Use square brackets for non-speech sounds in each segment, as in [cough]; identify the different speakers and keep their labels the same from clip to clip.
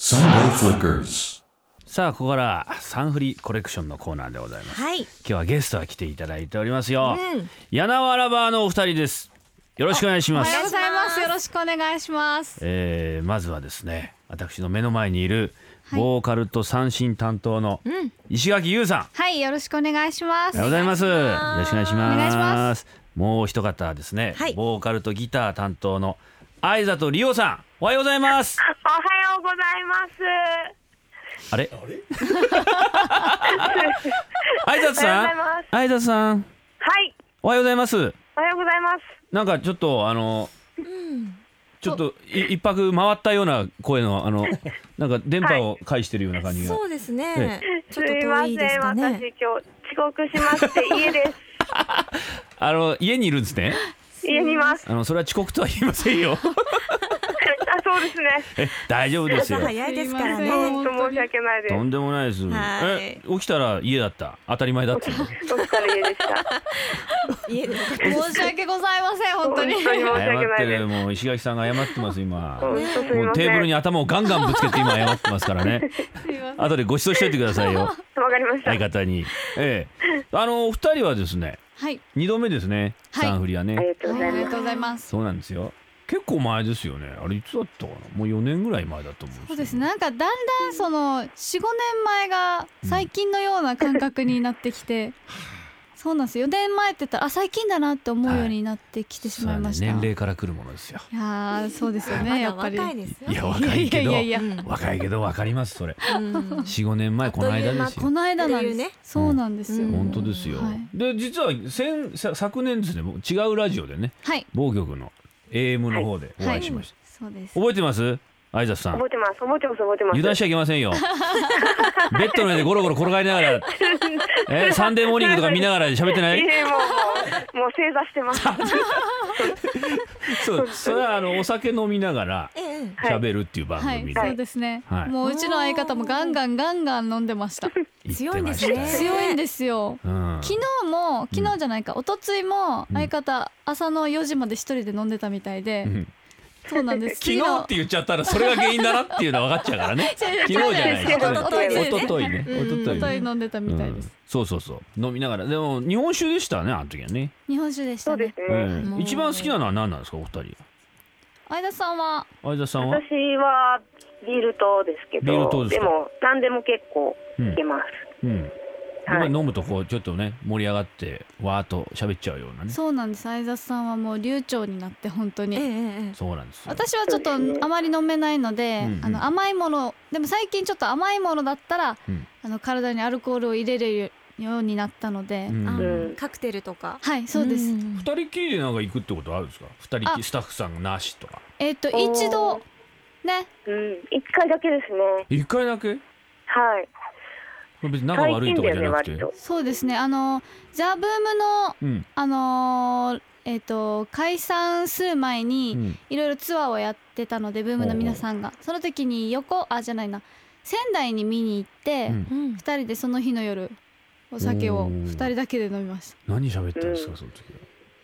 Speaker 1: Sunday Flickers.
Speaker 2: さあここからサンフリコレクションのコーナーでございます
Speaker 3: はい。よ
Speaker 2: 今日はゲストが来ていただいておりますよ、
Speaker 3: うん
Speaker 2: 柳原バーのお二人ですよろしくお願いしま
Speaker 4: おはよう
Speaker 2: す
Speaker 4: ございます。よろしくお願いします。
Speaker 2: えーまずはですね私の目の前にいるボーカルと三振担当の石垣優さん、
Speaker 4: はい、よろしくお願いしま
Speaker 2: お
Speaker 4: す
Speaker 2: はよう。ございます。よろしくお願いします。
Speaker 4: お願いしま
Speaker 2: もう一方ですね、
Speaker 3: はい
Speaker 2: ボーカルとギター担当の相里リオさん、おはようございます。
Speaker 5: おはようございます。
Speaker 2: あれ？相里さん、相里さん、
Speaker 5: はい、
Speaker 2: おはようございます。
Speaker 5: おはようございます。
Speaker 2: なんかちょっとあの、ちょっとい一泊回ったような声のあの、なんか電波を介してるような感じが。
Speaker 3: そうですね。ち
Speaker 5: す
Speaker 3: ょっと
Speaker 5: みま
Speaker 3: 遠
Speaker 5: せ
Speaker 3: いです
Speaker 5: ん、
Speaker 3: か
Speaker 5: 私今
Speaker 3: ね。
Speaker 5: 日遅刻しまして家で
Speaker 2: あの家にいるんですね。
Speaker 3: [laughs]
Speaker 5: す。家にいます。
Speaker 2: あのそれは遅刻とは言いませんよ。
Speaker 5: あ、そうですね。
Speaker 2: え大丈夫です
Speaker 3: 朝
Speaker 2: よ。
Speaker 3: 早いですから
Speaker 4: すいませ
Speaker 3: ね。
Speaker 4: ん
Speaker 5: 本当申し訳ないです
Speaker 2: と。んでもないです。
Speaker 3: はい
Speaker 2: え起きたら家だった。当たり前だった。
Speaker 5: お疲れ家でした。
Speaker 3: 家でよかったです。
Speaker 4: 申し訳ございません。本当に。
Speaker 5: 本当に申し
Speaker 2: 謝
Speaker 5: 訳
Speaker 2: っ
Speaker 5: な
Speaker 2: て
Speaker 5: いです
Speaker 2: る。もう石垣さんが謝ってます今。
Speaker 5: 本
Speaker 2: も
Speaker 5: 当すみ
Speaker 2: う
Speaker 5: ま
Speaker 2: テー
Speaker 5: せ
Speaker 2: ブル
Speaker 5: ん。
Speaker 2: に頭をガンガンぶつけて今謝ってますからね。
Speaker 4: すいません。
Speaker 2: 後でご馳走しといてくださいよ。
Speaker 5: わかりました。
Speaker 2: 相方に。ええ。あのお二人はですね、
Speaker 4: はい。
Speaker 2: 二度目ですね。
Speaker 4: はい
Speaker 2: サンフリは
Speaker 5: あり
Speaker 2: ね。
Speaker 5: がとうご
Speaker 4: あ
Speaker 5: ざ
Speaker 4: りが
Speaker 5: います。
Speaker 4: とうございます。
Speaker 2: そうなんですよ。結構前ですよね。あれいつだったかな。もう四年ぐらい前だと思うん
Speaker 4: そう
Speaker 2: よ
Speaker 4: ですね。。なんかだんだんその四五年前が最近のような感覚になってきて。そうなんですよ。四年前って言ったらあ最近だなって思うようになってきてし
Speaker 2: そう
Speaker 4: ま
Speaker 2: ないんで
Speaker 4: ますした。
Speaker 2: 年
Speaker 4: い
Speaker 2: 齢から来るものですよ。
Speaker 4: やーそうですよ
Speaker 3: ま
Speaker 4: ね。や
Speaker 3: だ
Speaker 4: っぱり。
Speaker 3: 若いですよ
Speaker 2: い。や若いけど
Speaker 4: いやいやいやいや
Speaker 2: 若いけどわかりますそれ。 [laughs]
Speaker 3: うん
Speaker 2: 四五年前この間ですよ
Speaker 4: こ。の間なん
Speaker 3: ってい
Speaker 4: で
Speaker 3: う
Speaker 4: す。
Speaker 3: ね
Speaker 4: そうなんですよ。
Speaker 3: うん
Speaker 2: 本当ですよ、
Speaker 4: はい
Speaker 2: で実は先さ昨年ですねもう違うラジオでね
Speaker 4: はい。
Speaker 2: 某局の AM の方でお
Speaker 4: は
Speaker 2: 会
Speaker 4: い
Speaker 2: いしました、
Speaker 4: そうです。
Speaker 2: 覚えてます挨拶さん
Speaker 5: 覚えてます。覚えてます。覚えてます。
Speaker 2: 油断しちゃいけません
Speaker 5: [laughs]
Speaker 2: よベッドの上でゴロゴロ転がりながらえーサンデーモーニングとか見ながら喋ってない
Speaker 5: いえもうもうもう正座してます。
Speaker 2: そうそれはあのお酒飲みながら
Speaker 3: ええ。
Speaker 5: はい
Speaker 2: 喋るっていう番
Speaker 4: はい
Speaker 2: 組、で
Speaker 4: そうですね。
Speaker 2: はい
Speaker 4: もううちの相方もガンガンガンガン飲んでま
Speaker 2: [laughs]
Speaker 4: した。
Speaker 2: 言ってました
Speaker 3: 強いんですね
Speaker 4: 強いんですよ。
Speaker 2: うん、
Speaker 4: 昨日も昨日じゃないか、一昨日も相方朝の4時まで一人で飲んでたみたいで、
Speaker 2: うん
Speaker 4: そうなんで
Speaker 2: [laughs]
Speaker 4: す。
Speaker 2: 昨日って言っちゃったらそれが原因だなっていうのは分かっちゃうから
Speaker 4: [laughs]
Speaker 2: ね
Speaker 4: 違
Speaker 2: 昨
Speaker 4: う
Speaker 2: 日
Speaker 4: 違
Speaker 2: じゃ
Speaker 4: う
Speaker 2: ない
Speaker 4: 違う
Speaker 2: 一昨日
Speaker 4: 一昨日
Speaker 2: 一昨日ね
Speaker 3: うん
Speaker 2: 一昨
Speaker 4: 一
Speaker 2: 日
Speaker 4: 昨日飲んでたみたいです。
Speaker 2: うんそうそうそう飲みながらでも日本酒でしたねあの時はね、
Speaker 4: 日本酒でし
Speaker 5: そ
Speaker 4: た
Speaker 5: う
Speaker 4: ね
Speaker 5: で。すね。
Speaker 2: え
Speaker 3: も
Speaker 2: え
Speaker 3: う
Speaker 2: 一番好きなのは何なんですかお二人
Speaker 4: 相田さんは
Speaker 2: 相田さんは
Speaker 5: 私はビール糖ですけ
Speaker 2: ビール
Speaker 5: ど、
Speaker 2: 糖です
Speaker 5: で
Speaker 2: か
Speaker 5: も何でも結構いけま
Speaker 2: う
Speaker 5: す。
Speaker 2: んやっ
Speaker 5: はい
Speaker 2: ぱり飲むとこうちょっとね盛り上がってわーっと喋っちゃうようなね
Speaker 4: そうなんです。相田さんはもう流暢になって本当
Speaker 3: え
Speaker 4: に。
Speaker 3: えええ。
Speaker 2: そうなんですよ
Speaker 4: 私はちょっとあまり飲めないので、
Speaker 2: うんうん
Speaker 4: あの甘いものでも最近ちょっと甘いものだったら、
Speaker 2: うん
Speaker 4: あの体にアルコールを入れるようになったので、
Speaker 2: うん
Speaker 3: あ
Speaker 5: うん
Speaker 3: カクテルとか。
Speaker 4: はいそうです、
Speaker 3: ん
Speaker 2: 二人きりでなんか行くってことあるんですか二人きり
Speaker 4: あ
Speaker 2: スタッフさんなしとか
Speaker 4: えっ、と
Speaker 5: おー
Speaker 4: 一度ね
Speaker 5: うん、一回だけですね。
Speaker 2: 一回だけ
Speaker 5: はい。
Speaker 2: 別に仲悪いとかじゃなくて、
Speaker 5: 最近だよね割と
Speaker 4: そうですねあのザ・ブームの
Speaker 2: うん
Speaker 4: あのーえっ、と解散する前
Speaker 2: う
Speaker 4: に
Speaker 2: ん
Speaker 4: いろいろツアーをやってたのでブームの皆さんがその時に横あじゃないな仙台に見に行って、
Speaker 2: う
Speaker 4: 二
Speaker 2: ん
Speaker 3: うん。
Speaker 4: 2人でその日の夜お酒
Speaker 2: お
Speaker 4: を
Speaker 2: ー
Speaker 4: 2人だけで飲みました
Speaker 2: 何喋ったんですかその時は、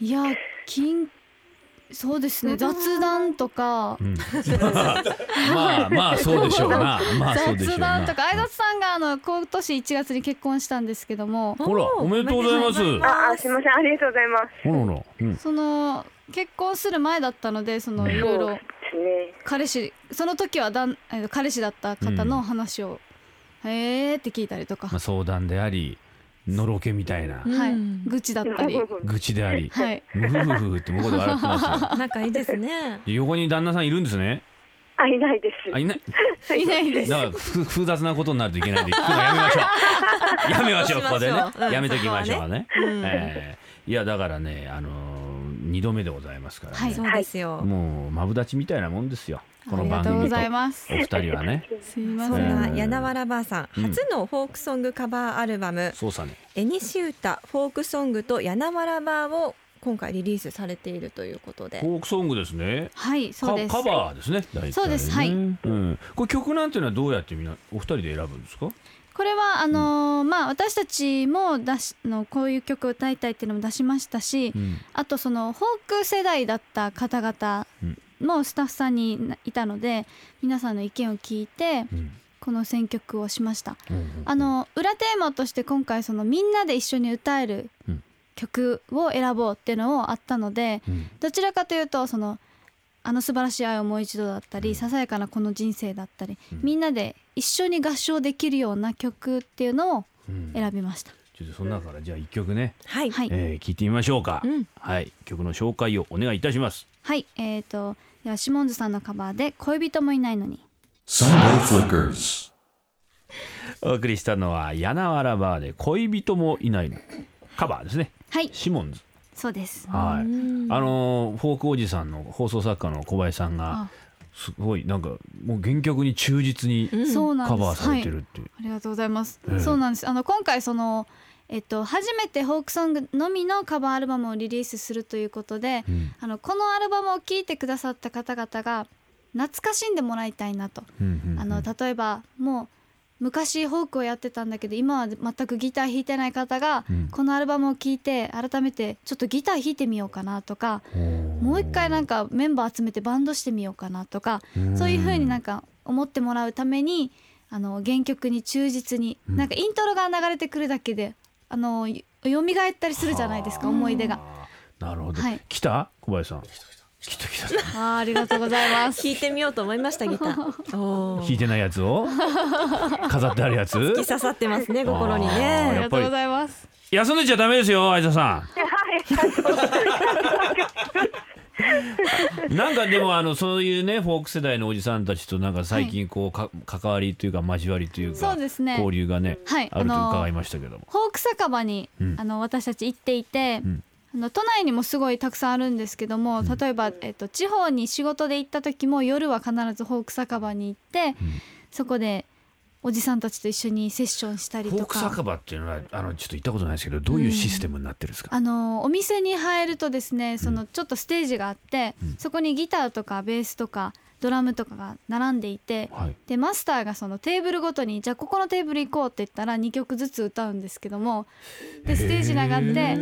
Speaker 4: いや金そうですね雑談とか
Speaker 5: [laughs]
Speaker 2: うん、まあまあそうでしょうなまあそうでしょう
Speaker 4: 雑
Speaker 2: な
Speaker 4: 談とか相田さんがあの今年1月に結婚したんですけども
Speaker 2: ほらおめでとうございます
Speaker 3: おめでとうござい
Speaker 5: あ、あすみません、ありがとうございます。
Speaker 2: ほらほら、うん、
Speaker 4: その結婚する前だったのでそのいろい
Speaker 5: そう
Speaker 4: ろ
Speaker 5: ですね。
Speaker 4: 彼氏その時はだんえー彼氏だった方の話を、へーって聞いたりとか、
Speaker 2: まあ、相談でありのろけみたいな
Speaker 3: うん
Speaker 4: はい
Speaker 3: うん
Speaker 4: 愚痴だったり
Speaker 2: 愚痴であり
Speaker 4: はい
Speaker 2: ふふふふって向こうで笑ってますよ
Speaker 3: 仲いいですね。
Speaker 2: で横に旦那さんいるんですね
Speaker 5: あ、いないです。
Speaker 2: あいない
Speaker 4: いないです
Speaker 2: だからふ複雑なことになるといけないんで聞くのやめましょうやめましょうここでね
Speaker 3: そうしましょううん
Speaker 2: やめときましょうね、
Speaker 3: うん
Speaker 2: [laughs] えーいやだからねあのー、2度目でございますからね、
Speaker 4: はい
Speaker 3: そうですよ。
Speaker 2: もうマブダチみたいなもんですよこ
Speaker 4: あ
Speaker 2: の
Speaker 4: りが
Speaker 2: 番
Speaker 4: とうご
Speaker 2: 組と
Speaker 4: ざいます
Speaker 2: お二人はね
Speaker 4: すいま
Speaker 3: そ
Speaker 4: せ
Speaker 3: ん
Speaker 4: ん
Speaker 3: な柳原ばあさん、
Speaker 2: うん
Speaker 3: 初のフォークソングカバーアルバム
Speaker 2: そうさね
Speaker 3: 「えにし歌フォークソングと柳原ばあ」を今回リリースされているということで
Speaker 2: フォークソングですね
Speaker 4: はい
Speaker 2: カ
Speaker 4: そうです
Speaker 2: カバーですね大体ね
Speaker 4: そうですはい
Speaker 2: うん、これ曲なんていうのはどうやってみんなお二人で選ぶんですか
Speaker 4: これはあのーまあ私たちも出しのこういう曲を歌いたいっていうのも出しましたし、
Speaker 2: うん
Speaker 4: あとそのフォーク世代だった方々もスタッフさんにいたので皆さんの意見を聞いて
Speaker 2: うん
Speaker 4: この選曲をしました
Speaker 2: うん
Speaker 4: あの裏テーマとして今回そのみんなで一緒に歌える
Speaker 2: うん
Speaker 4: 曲を選ぼうっていうのをあったので
Speaker 2: うん
Speaker 4: どちらかというとそのあの素晴らしい愛をもう一度だった
Speaker 2: うん
Speaker 4: りささやかなこの人生だったり
Speaker 2: うん
Speaker 4: みんなで一緒に合唱できるような曲っていうのを
Speaker 2: うん
Speaker 4: 選びました
Speaker 2: ちょっとその中からじゃあ一曲ね、
Speaker 3: はい、
Speaker 4: はい
Speaker 2: えー、聞いてみましょうか、
Speaker 3: うん
Speaker 2: はい曲の紹介をお願いいたします
Speaker 4: はいえーとではシモンズさんのカバーで「恋人もいないのに
Speaker 1: Sunday Flickers.
Speaker 2: お送りしたのは「柳原バーで恋人もいないの」カバーですね」
Speaker 4: はい
Speaker 2: シモンズ
Speaker 4: そうです
Speaker 2: はい、
Speaker 3: うん
Speaker 2: あのーフォークおじさんの放送作家の小林さんが
Speaker 4: あ
Speaker 2: すごいなんかもう原曲に忠実に
Speaker 3: うん
Speaker 4: そうなん
Speaker 2: カ
Speaker 4: です
Speaker 2: バーされて
Speaker 4: はい
Speaker 2: るっていう、
Speaker 4: ありがとうございます、
Speaker 2: ええ
Speaker 4: そうなんですあの今回そのえっと初めてフォークソングのみのカバーアルバムをリリースするということで、
Speaker 2: うん
Speaker 4: あのこのアルバムを聴いてくださった方々が懐かしんでもらいたいなと、
Speaker 2: うんうんうん
Speaker 4: あの例えばもう昔フォークをやってたんだけど今は全くギター弾いてない方が、
Speaker 2: うん
Speaker 4: このアルバムを聴いて改めてちょっとギター弾いてみようかなとか
Speaker 2: おー
Speaker 4: もう一回なんかメンバー集めてバンドしてみようかなとか
Speaker 2: うん
Speaker 4: そういう風になんか思ってもらうためにあの原曲に忠実に、
Speaker 2: うん
Speaker 4: なんかイントロが流れてくるだけであのよ蘇ったりするじゃないですか
Speaker 2: はあ
Speaker 4: 思い出が。
Speaker 2: なるほど、
Speaker 4: はい
Speaker 2: 来た小林さん来た来た来た
Speaker 4: あーありがとうございます。
Speaker 3: 弾いてみようと思いましたギタ
Speaker 4: [laughs]
Speaker 3: ー。おお。
Speaker 2: 弾いてないやつ [laughs] を飾ってあるやつ
Speaker 3: 突き刺さってますね心に
Speaker 2: あ
Speaker 4: あ
Speaker 2: ー [laughs]
Speaker 4: り
Speaker 2: や
Speaker 3: ね。
Speaker 2: っ
Speaker 4: が
Speaker 2: ぱ
Speaker 4: と
Speaker 2: り
Speaker 4: うございます。
Speaker 2: 休んでちゃダメですよ相田さん [laughs] なんかでもあのそういうねフォーク世代のおじさんたちとなんか最近こうか、関わりというか交わりというか
Speaker 4: そうですね
Speaker 2: 交流がね、
Speaker 4: はい、
Speaker 2: あると
Speaker 4: の
Speaker 2: 伺いましたけども、
Speaker 4: フォーク酒場に、
Speaker 2: うん
Speaker 4: あの私たち行っていて、
Speaker 2: うん
Speaker 4: あの都内にもすごいたくさんあるんですけども、
Speaker 2: ん
Speaker 4: 例えば、えっと、地方に仕事で行った時も夜は必ずフォーク酒場に行って、
Speaker 2: うん
Speaker 4: そこでおじさんたちと一緒にセッションしたり
Speaker 2: フォ
Speaker 4: と
Speaker 2: ーク
Speaker 4: か。
Speaker 2: 酒場っていうのはあのちょっと行ったことないですけどどういうシステムになってるんですか、
Speaker 4: あのお店に入るとですねそのちょっとステージがあって、そこにギターとかベースとかドラムとかが並んでいて、
Speaker 2: はい
Speaker 4: でマスターがそのテーブルごとにじゃあここのテーブル行こうって言ったら2曲ずつ歌うんですけどもでステージに上がって例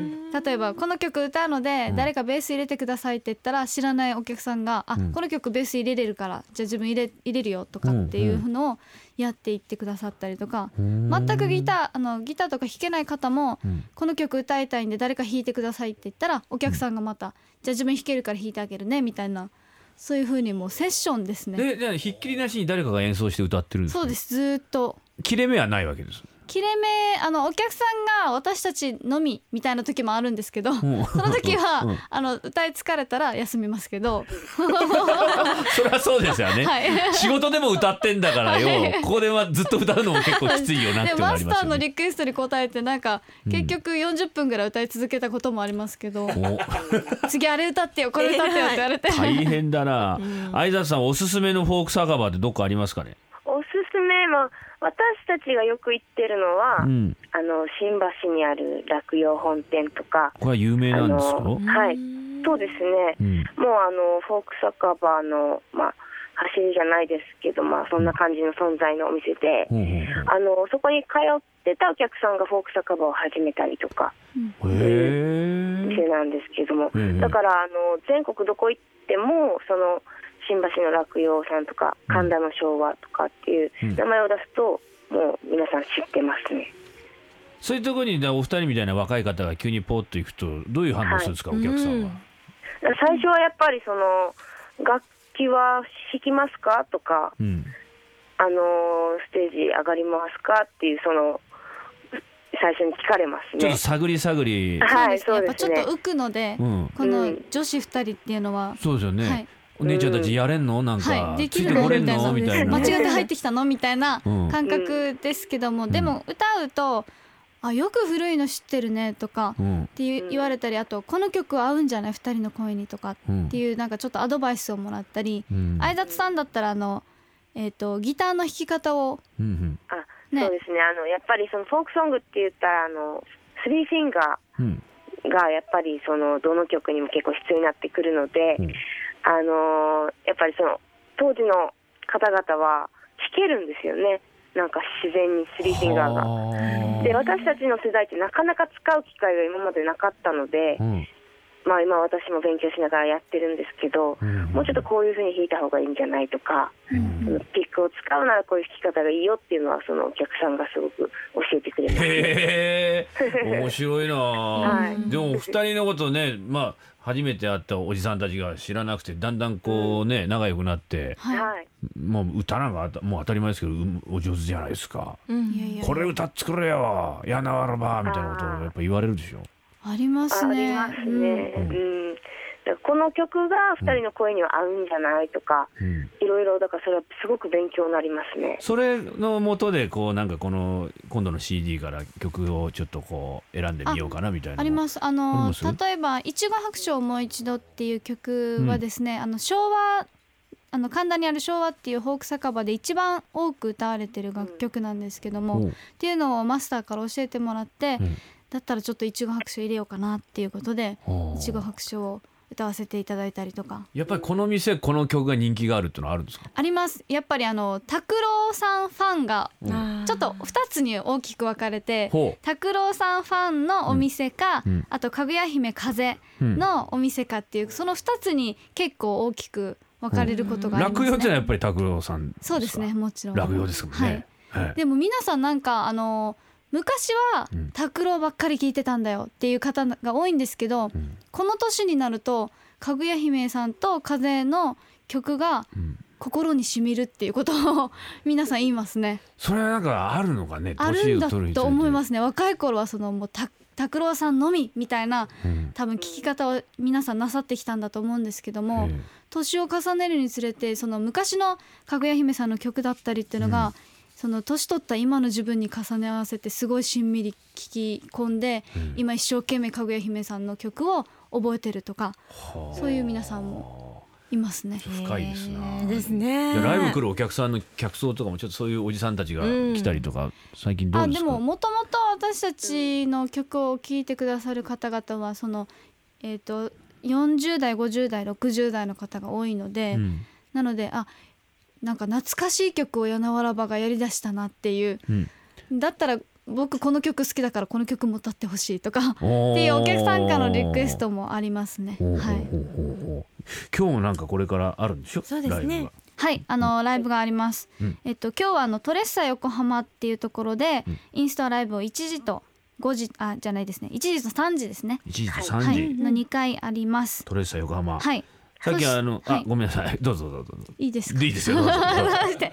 Speaker 4: えばこの曲歌うので誰かベース入れてくださいって言ったら知らないお客さんが「あ
Speaker 2: うん
Speaker 4: この曲ベース入れれるからじゃあ自分入れ入れるよ」とかっていうのをやっていってくださったりとか全くギターあのギターとか弾けない方も
Speaker 2: うん
Speaker 4: この曲歌いたいんで誰か弾いてくださいって言ったらお客さんがまた「じゃあ自分弾けるから弾いてあげるね」みたいなそういう風にもうセッションですね。
Speaker 2: でじゃあひっきりなしに誰かが演奏して歌ってるんですか
Speaker 4: そうですずーっと
Speaker 2: 切れ目はないわけです [laughs]
Speaker 4: 切れ目あのお客さんが私たちのみみたいな時もあるんですけど、
Speaker 2: ん
Speaker 4: その時は、
Speaker 2: [laughs] うん
Speaker 4: あの歌い疲れたら休みます
Speaker 2: [laughs]
Speaker 4: けど、
Speaker 2: そりゃそうですよね、
Speaker 4: はい、
Speaker 2: 仕事でも歌ってんだからよ、ここではずっと歌うのも結構きついよなってい
Speaker 4: で
Speaker 2: うのはあ
Speaker 4: マ
Speaker 2: り
Speaker 4: ス
Speaker 2: ま
Speaker 4: タ
Speaker 2: す
Speaker 4: ー
Speaker 2: よ
Speaker 4: の
Speaker 2: ね。
Speaker 4: リクエストに応えてなんか、結局40分ぐらい歌い続けたこともありますけど、
Speaker 2: お
Speaker 4: 次あれ歌ってよこれ歌ってよって言われて、
Speaker 2: 大変だな。相沢さんおすすめのフォーク酒場ってどっかありますかね。
Speaker 5: おすすめは、私たちがよく行ってるのは、
Speaker 2: うん、
Speaker 5: あの、新橋にある落葉本店とか、
Speaker 2: これは有名
Speaker 5: あ
Speaker 2: なんですか。
Speaker 5: の、はい。そうですね。
Speaker 2: うん、
Speaker 5: もうあの、フォーク酒場の、まあ、走りじゃないですけど、まあ、そんな感じの存在のお店で、
Speaker 2: ほうほ
Speaker 5: あの、そこに通ってたお客さんがフォーク酒場を始めたりとか、
Speaker 2: うほう。へえ。
Speaker 5: 店なんですけども、
Speaker 2: うん
Speaker 5: だからあの全国どこ行ってもその新橋の落葉さんとか神田の昭和とかっていう
Speaker 2: うん
Speaker 5: 名前を出すと、もう皆さん知ってますね。
Speaker 2: そういうところにだお二人みたいな若い方が急にポーッと行くとどういう反応するんですか、
Speaker 3: はい
Speaker 2: お客さん
Speaker 3: う
Speaker 2: は
Speaker 3: ん。
Speaker 5: 最初はやっぱりその楽器は弾きますかとか、
Speaker 2: うん。
Speaker 5: あのステージ上がりますかっていうその最初に聞かれます
Speaker 2: ちょっ
Speaker 5: ね
Speaker 2: と。探り探り。
Speaker 5: はい、
Speaker 4: そ
Speaker 5: そうう
Speaker 4: ですねやっ
Speaker 5: で
Speaker 4: ぱちょ
Speaker 5: す
Speaker 4: っと。
Speaker 5: ね
Speaker 4: 浮くので、
Speaker 2: うん。
Speaker 4: この女子2人っていうのは、
Speaker 2: そうですよね。
Speaker 4: はい
Speaker 2: お姉ちゃんたちやれんのなんか、
Speaker 4: はい、で
Speaker 2: つい
Speaker 4: きる
Speaker 2: てこ
Speaker 4: の
Speaker 2: れ
Speaker 4: み
Speaker 2: ん
Speaker 4: たい
Speaker 2: の
Speaker 4: な
Speaker 2: みたいな。
Speaker 4: 間違って入ってきたのみたいな
Speaker 2: うん
Speaker 4: 感覚ですけども、でも歌うと「あよく古いの知ってるね」とか
Speaker 2: うん
Speaker 4: っていう言われたりあと「この曲合うんじゃない2人の声に」とか
Speaker 2: うん
Speaker 4: っていうなんかちょっとアドバイスをもらったり
Speaker 2: うん
Speaker 4: 相田さんだったらあの、えー、とギターの弾き方を
Speaker 2: うんうん
Speaker 5: あ
Speaker 4: ね
Speaker 5: そうですね。あのやっぱりそのフォークソングって言ったらあのスリーフィンガ
Speaker 2: う
Speaker 5: ー。
Speaker 2: ん
Speaker 5: がやっぱりそのどの曲にも結構必要になってくるので、
Speaker 2: うん
Speaker 5: あのーやっぱりその当時の方々は弾けるんですよねなんか自然にスリーフィンガーが。
Speaker 2: はあ
Speaker 5: で私たちの世代ってなかなか使う機会が今までなかったので
Speaker 2: う、ん
Speaker 5: まあ、今私も勉強しながらやってるんですけど、
Speaker 2: うん
Speaker 5: もうちょっとこういうふうに弾いた方がいいんじゃないとか、そのピックを使うならこういう弾き方がいいよっていうのはそのお客さんがすごく教えてくれます。
Speaker 2: へえ面白いなあ、
Speaker 5: はい
Speaker 2: でも二人のことねまあ初めて会ったおじさんたちが知らなくてだんだんこうね仲良くなって
Speaker 4: は
Speaker 5: はい、
Speaker 2: もう歌なんかあたもう当たり前ですけどうお上手じゃないですか
Speaker 3: うん
Speaker 4: い。いやいや。
Speaker 2: これ歌作れよやなわらばみたいなことをやっぱ言われるでしょ
Speaker 4: あります
Speaker 5: あり
Speaker 4: ね。
Speaker 5: ます
Speaker 4: うん
Speaker 5: ね。うん、だからこの曲が2人の声には合うんじゃないとか、
Speaker 2: うん
Speaker 5: いろいろだからそれはすごく勉強になりますね。
Speaker 2: それのもとでこうなんかこの今度の CD から曲をちょっとこう選んでみようかなみたいな
Speaker 4: ありますあ
Speaker 2: あ
Speaker 4: の
Speaker 2: ります
Speaker 4: 例えば「いちご白書をもう一度」っていう曲はですね、あの昭和あの神田にある昭和っていうフォーク酒場で一番多く歌われてる楽曲なんですけども、
Speaker 2: お
Speaker 4: っ
Speaker 2: う
Speaker 4: ていうのをマスターから教えてもらって、
Speaker 2: うん
Speaker 4: だったらちょっと「いちご白書入れようかなっていうことで「
Speaker 2: おう
Speaker 4: いちご白書を歌わせていただいたりとか。
Speaker 2: やっぱりこの店この曲が人気があるってのはあるんですか
Speaker 4: ありますやっぱりあの拓郎さんファンがちょっと2つに大きく分かれて
Speaker 2: ほ
Speaker 4: 拓郎さんファンのお店か、
Speaker 2: うんうん
Speaker 4: あとかぐや姫風
Speaker 2: うん
Speaker 4: のお店かっていうその2つに結構大きく分かれることがありま
Speaker 2: 落
Speaker 4: すね。
Speaker 2: 語ってのはやっぱり拓郎さんか
Speaker 4: そうですねもちろん。
Speaker 2: 落語ですもんね、はい
Speaker 4: でも皆さんなんかあの昔は
Speaker 2: うん
Speaker 4: 拓郎ばっかり聞いてたんだよっていう方が多いんですけど、
Speaker 2: うん
Speaker 4: この年になるとかぐや姫さんと風の曲が
Speaker 2: うん
Speaker 4: 心に染みるっていうことを [laughs] 皆さん言いますね。
Speaker 2: それはなんかあるのかね、
Speaker 4: あるんだと思いますすね若い頃はそのもうた拓郎さんのみみたいな
Speaker 2: うん
Speaker 4: 多分聞き方を皆さんなさってきたんだと思うんですけども、
Speaker 2: え
Speaker 4: 年を重ねるにつれてその昔のかぐや姫さんの曲だったりっていうのが、その年取った今の自分に重ね合わせてすごいしんみり聞き込んで、
Speaker 2: えうん
Speaker 4: 今一生懸命かぐや姫さんの曲を覚えてるとか
Speaker 2: はあ
Speaker 4: そういう皆さんもいますね。
Speaker 2: 深いですな、
Speaker 3: へーですね。
Speaker 2: じゃあライブ来るお客さんの客層とかもちょっとそういうおじさんたちが来たりとか、最近ど
Speaker 4: あ
Speaker 2: うで
Speaker 4: です
Speaker 2: か
Speaker 4: ももともと私たちの曲を聴いてくださる方々はその、えー、と40代50代60代の方が多いので、
Speaker 2: うん
Speaker 4: なのであなんか懐かしい曲を柳原ばがやりだしたなっていう
Speaker 2: うん
Speaker 4: だったら僕この曲好きだからこの曲も歌ってほしいと
Speaker 2: [laughs]
Speaker 4: かっ
Speaker 2: って
Speaker 4: いうお客さんからのリクエストもありますね。
Speaker 2: ほう
Speaker 4: は
Speaker 2: ほう
Speaker 4: い
Speaker 2: ほうほうほう今日もなんかこれからあるんでしょ
Speaker 3: そうです
Speaker 2: ライブ
Speaker 3: ね
Speaker 2: が
Speaker 4: はい、あのライブがあります。
Speaker 2: うん
Speaker 4: えっと今日はあのトレッサ横浜っていうところで、
Speaker 2: うん
Speaker 4: インスタライブを1時と5時あじゃないですね、1時と3時ですね。
Speaker 2: 1時と3時、
Speaker 4: はい、の2回あります。
Speaker 2: トレッサ横浜、
Speaker 4: はい。
Speaker 2: さっきあの、
Speaker 4: はい
Speaker 2: あごめんなさいど [laughs] うぞどうぞどうぞ
Speaker 4: いいですか。
Speaker 2: いいです
Speaker 4: [laughs]
Speaker 2: よどうぞどうぞ
Speaker 4: そして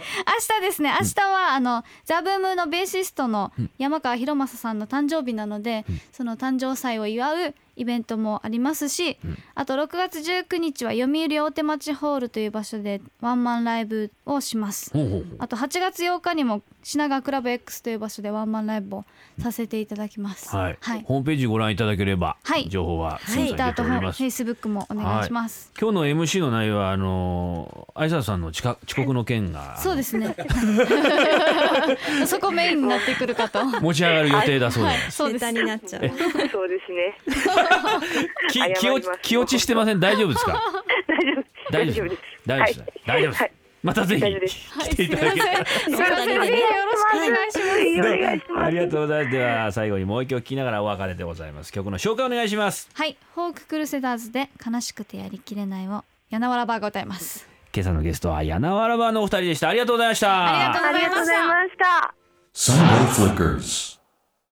Speaker 4: 明日ですね明日はあのザ・ブームのベーシストの山川博正さんの誕生日なので、その誕生祭を祝うイベントもありますし、あと6月19日は読売大手町ホールという場所でワンマンライブをします。
Speaker 2: ほうほうほう
Speaker 4: あと8月8日にも品川クラブ X という場所でワンマンライブをさせていただきます。
Speaker 2: はい、
Speaker 4: はい。
Speaker 2: ホームページご覧いただければ、
Speaker 4: はい
Speaker 2: 情報は
Speaker 3: はい
Speaker 2: 詳細
Speaker 4: Twitter
Speaker 2: 出て
Speaker 4: と
Speaker 2: お
Speaker 4: フ
Speaker 2: ります。
Speaker 4: ェイスブックもお願いします。
Speaker 2: 今日の MC の内容はあのー、愛沢さんの遅刻遅刻の件が
Speaker 4: そうです
Speaker 2: [laughs]
Speaker 4: ね。 [laughs] そこメインになってくるかと。
Speaker 2: 持ち上がる予定だそうで
Speaker 4: はい、そう
Speaker 3: ネ
Speaker 4: で
Speaker 3: タ
Speaker 4: す。
Speaker 3: になっちゃう。
Speaker 5: そうですね。
Speaker 2: す。
Speaker 5: 謝
Speaker 2: [laughs] き
Speaker 5: ります
Speaker 2: 気落ち気落ちしてません大丈夫です
Speaker 4: [laughs]
Speaker 2: か？
Speaker 5: 大
Speaker 2: 大丈
Speaker 5: 丈夫。
Speaker 2: 夫
Speaker 5: [laughs]
Speaker 2: です。大丈夫です。大丈夫です
Speaker 5: はい。
Speaker 2: またぜひ
Speaker 5: 大丈夫です
Speaker 2: 来ていただけたら。
Speaker 4: すみません。よろしくお願いします。
Speaker 5: はいお願いします
Speaker 2: ありがとうございます。では最後にもう一曲聴きながらお別れでございます。曲の紹介お願いします。
Speaker 4: はい、フォーククルセダーズで悲しくてやりきれないを柳原バーが歌います。
Speaker 2: 今朝のゲストは柳原バーのお二人でした。ありがとうございました。
Speaker 4: ありがとうございました。
Speaker 5: した。
Speaker 1: Sunday Flickers.